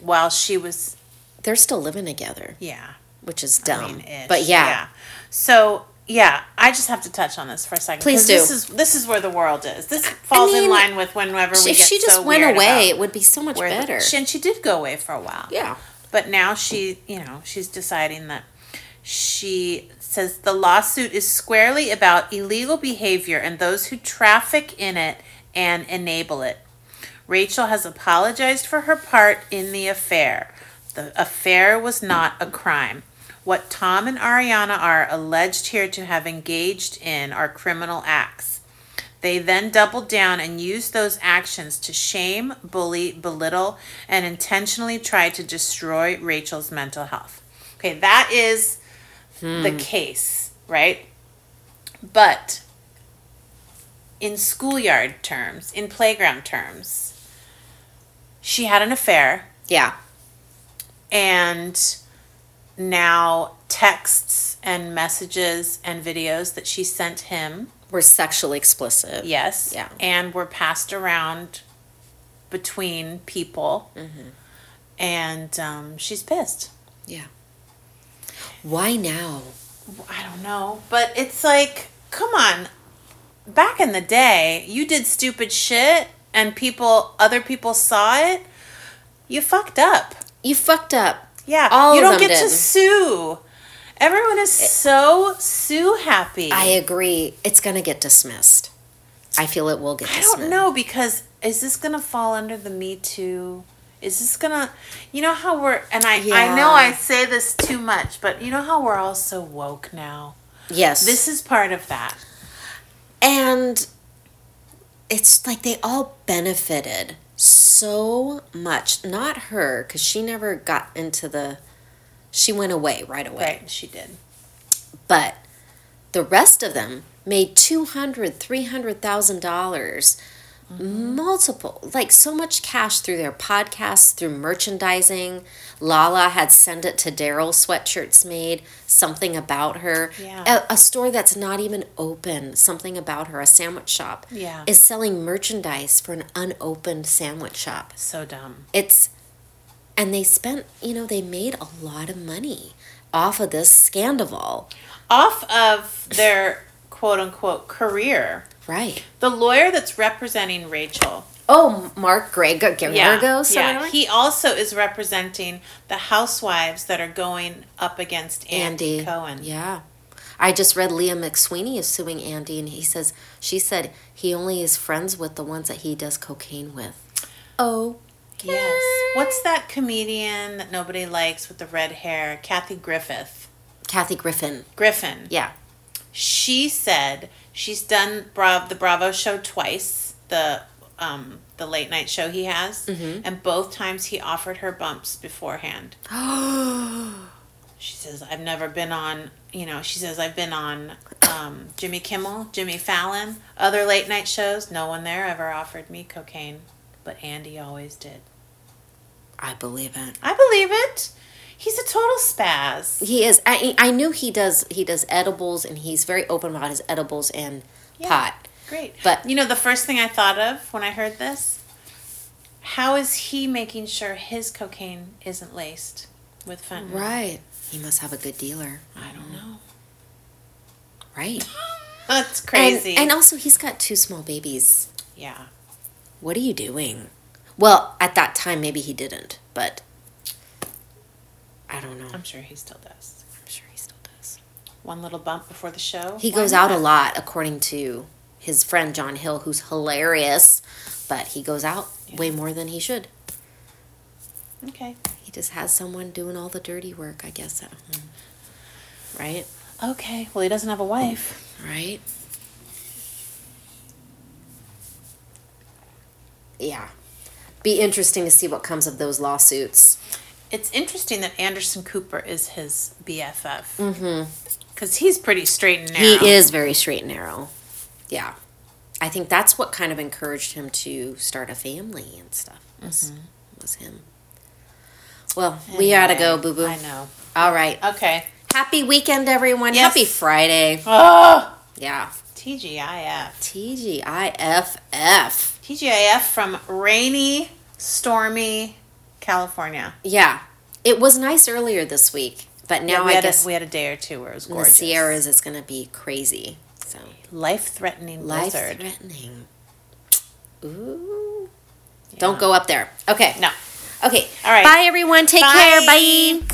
S1: while she was.
S3: Mm-hmm. They're still living together.
S1: Yeah.
S3: which is dumb.
S1: mean, ish.
S3: Um, But yeah,
S1: So yeah, I just have to touch on this for a second.
S3: Please
S1: 'cause
S3: do.
S1: This is this is where the world is. This falls in
S3: mean,
S1: line with whenever we
S3: if
S1: get
S3: she just
S1: so
S3: went
S1: weird
S3: away, it
S1: about
S3: would be so much
S1: where the-
S3: better.
S1: she, and she did go away for a while.
S3: yeah.
S1: But now she, you know, she's deciding that she says the lawsuit is squarely about illegal behavior and those who traffic in it and enable it. Rachel has apologized for her part in the affair. The affair was not a crime. What Tom and Ariana are alleged here to have engaged in are criminal acts. They then doubled down and used those actions to shame, bully, belittle, and intentionally tried to destroy Rachel's mental health. Okay, that is the case, right? But in schoolyard terms, in playground terms, she had an affair
S3: Yeah.
S1: and now texts and messages and videos that she sent him
S3: We're sexually explicit.
S1: Yes.
S3: Yeah.
S1: And were passed around between people.
S3: Mm-hmm.
S1: And um, she's pissed.
S3: Yeah. Why now?
S1: I don't know. But it's like, come on. Back in the day, you did stupid shit and people, other people saw it. You fucked up.
S3: You fucked up.
S1: Yeah.
S3: All
S1: you
S3: of
S1: don't
S3: them
S1: get to
S3: did.
S1: sue. Everyone is so sue happy.
S3: I agree. It's going to get dismissed. I feel it will get
S1: I
S3: dismissed.
S1: don't know because is this gonna fall under the Me Too? Is this gonna, you know how we're and I I
S3: Yeah.
S1: know I say this too much, but you know how we're all so woke now.
S3: Yes.
S1: This is part of that.
S3: And it's like they all benefited so much. Not her, because she never got into the. She went away right away.
S1: Right, she did.
S3: But the rest of them made two hundred, three hundred thousand dollars,
S1: Mm-hmm.
S3: multiple, like so much cash through their podcasts, through merchandising. Lala had send it to Daryl sweatshirts made something about her.
S1: Yeah.
S3: A, a store that's not even open, something about her, a sandwich shop,
S1: Yeah.
S3: is selling merchandise for an unopened sandwich shop
S1: So dumb.
S3: it's and they spent you know they made a lot of money off of this scandal
S1: Off of their quote unquote career.
S3: right
S1: The lawyer that's representing Rachel.
S3: oh mark greg Gergo,
S1: yeah. He also is representing the housewives that are going up against Andy,
S3: andy
S1: Cohen.
S3: yeah i just read leah mcsweeney is suing andy and he says she said he only is friends with the ones that he does cocaine with oh
S1: Yes. What's that comedian that nobody likes with the red hair? Kathy Griffith.
S3: kathy griffin
S1: Griffin.
S3: yeah <gasps>
S1: She said she's done Brav- the Bravo show twice, the um, the late night show he has, and both times he offered her bumps beforehand. she says, "I've never been on." You know, she says, "I've been on um, Jimmy Kimmel, Jimmy Fallon, other late night shows. No one there ever offered me cocaine, but Andy always did."
S3: i believe it
S1: I believe it. He's a total spaz.
S3: he is i, I knew he does he does edibles and he's very open about his edibles and pot
S1: Great.
S3: But-
S1: you know, the first thing I thought of when I heard this, how is he making sure his cocaine isn't laced with fentanyl?
S3: Right. He must have a good dealer.
S1: I don't know.
S3: Right.
S1: That's crazy.
S3: And, and also, he's got two small babies.
S1: yeah.
S3: What are you doing? Well, at that time, maybe he didn't, but I don't know. I'm
S1: I'm sure he still does.
S3: sure he still does.
S1: One little bump before the show.
S3: He
S1: Why
S3: goes out a
S1: not?
S3: lot, according to his friend John Hill, who's hilarious, but he goes out way more than he should.
S1: Okay.
S3: He just has someone doing all the dirty work, I guess, at home. Right?
S1: Okay. Well, he doesn't have a wife.
S3: Right? Yeah. Be interesting to see what comes of those lawsuits.
S1: It's interesting that Anderson Cooper is his BFF. Mm-hmm. Because he's pretty straight and narrow.
S3: He is very straight and narrow. Yeah. I think that's what kind of encouraged him to start a family and stuff was, was him. Well, we gotta go, boo boo.
S1: Mm-hmm. I know.
S3: All right.
S1: Okay.
S3: Happy weekend, everyone.
S1: Yes.
S3: Happy Friday.
S1: Oh.
S3: Yeah.
S1: TGIF.
S3: TGIFF.
S1: TGIF from rainy, stormy California.
S3: Yeah. It was nice earlier this week. But
S1: Yeah,
S3: now
S1: we
S3: I
S1: had
S3: guess
S1: a, we had a day or two where it was
S3: in the
S1: gorgeous.
S3: Sierras is going to be crazy. So
S1: life threatening
S3: life
S1: blizzard.
S3: threatening. Ooh. Don't go up there. Okay.
S1: no.
S3: Okay.
S1: All right.
S3: Bye, everyone. Take care.
S1: Bye.
S3: Bye.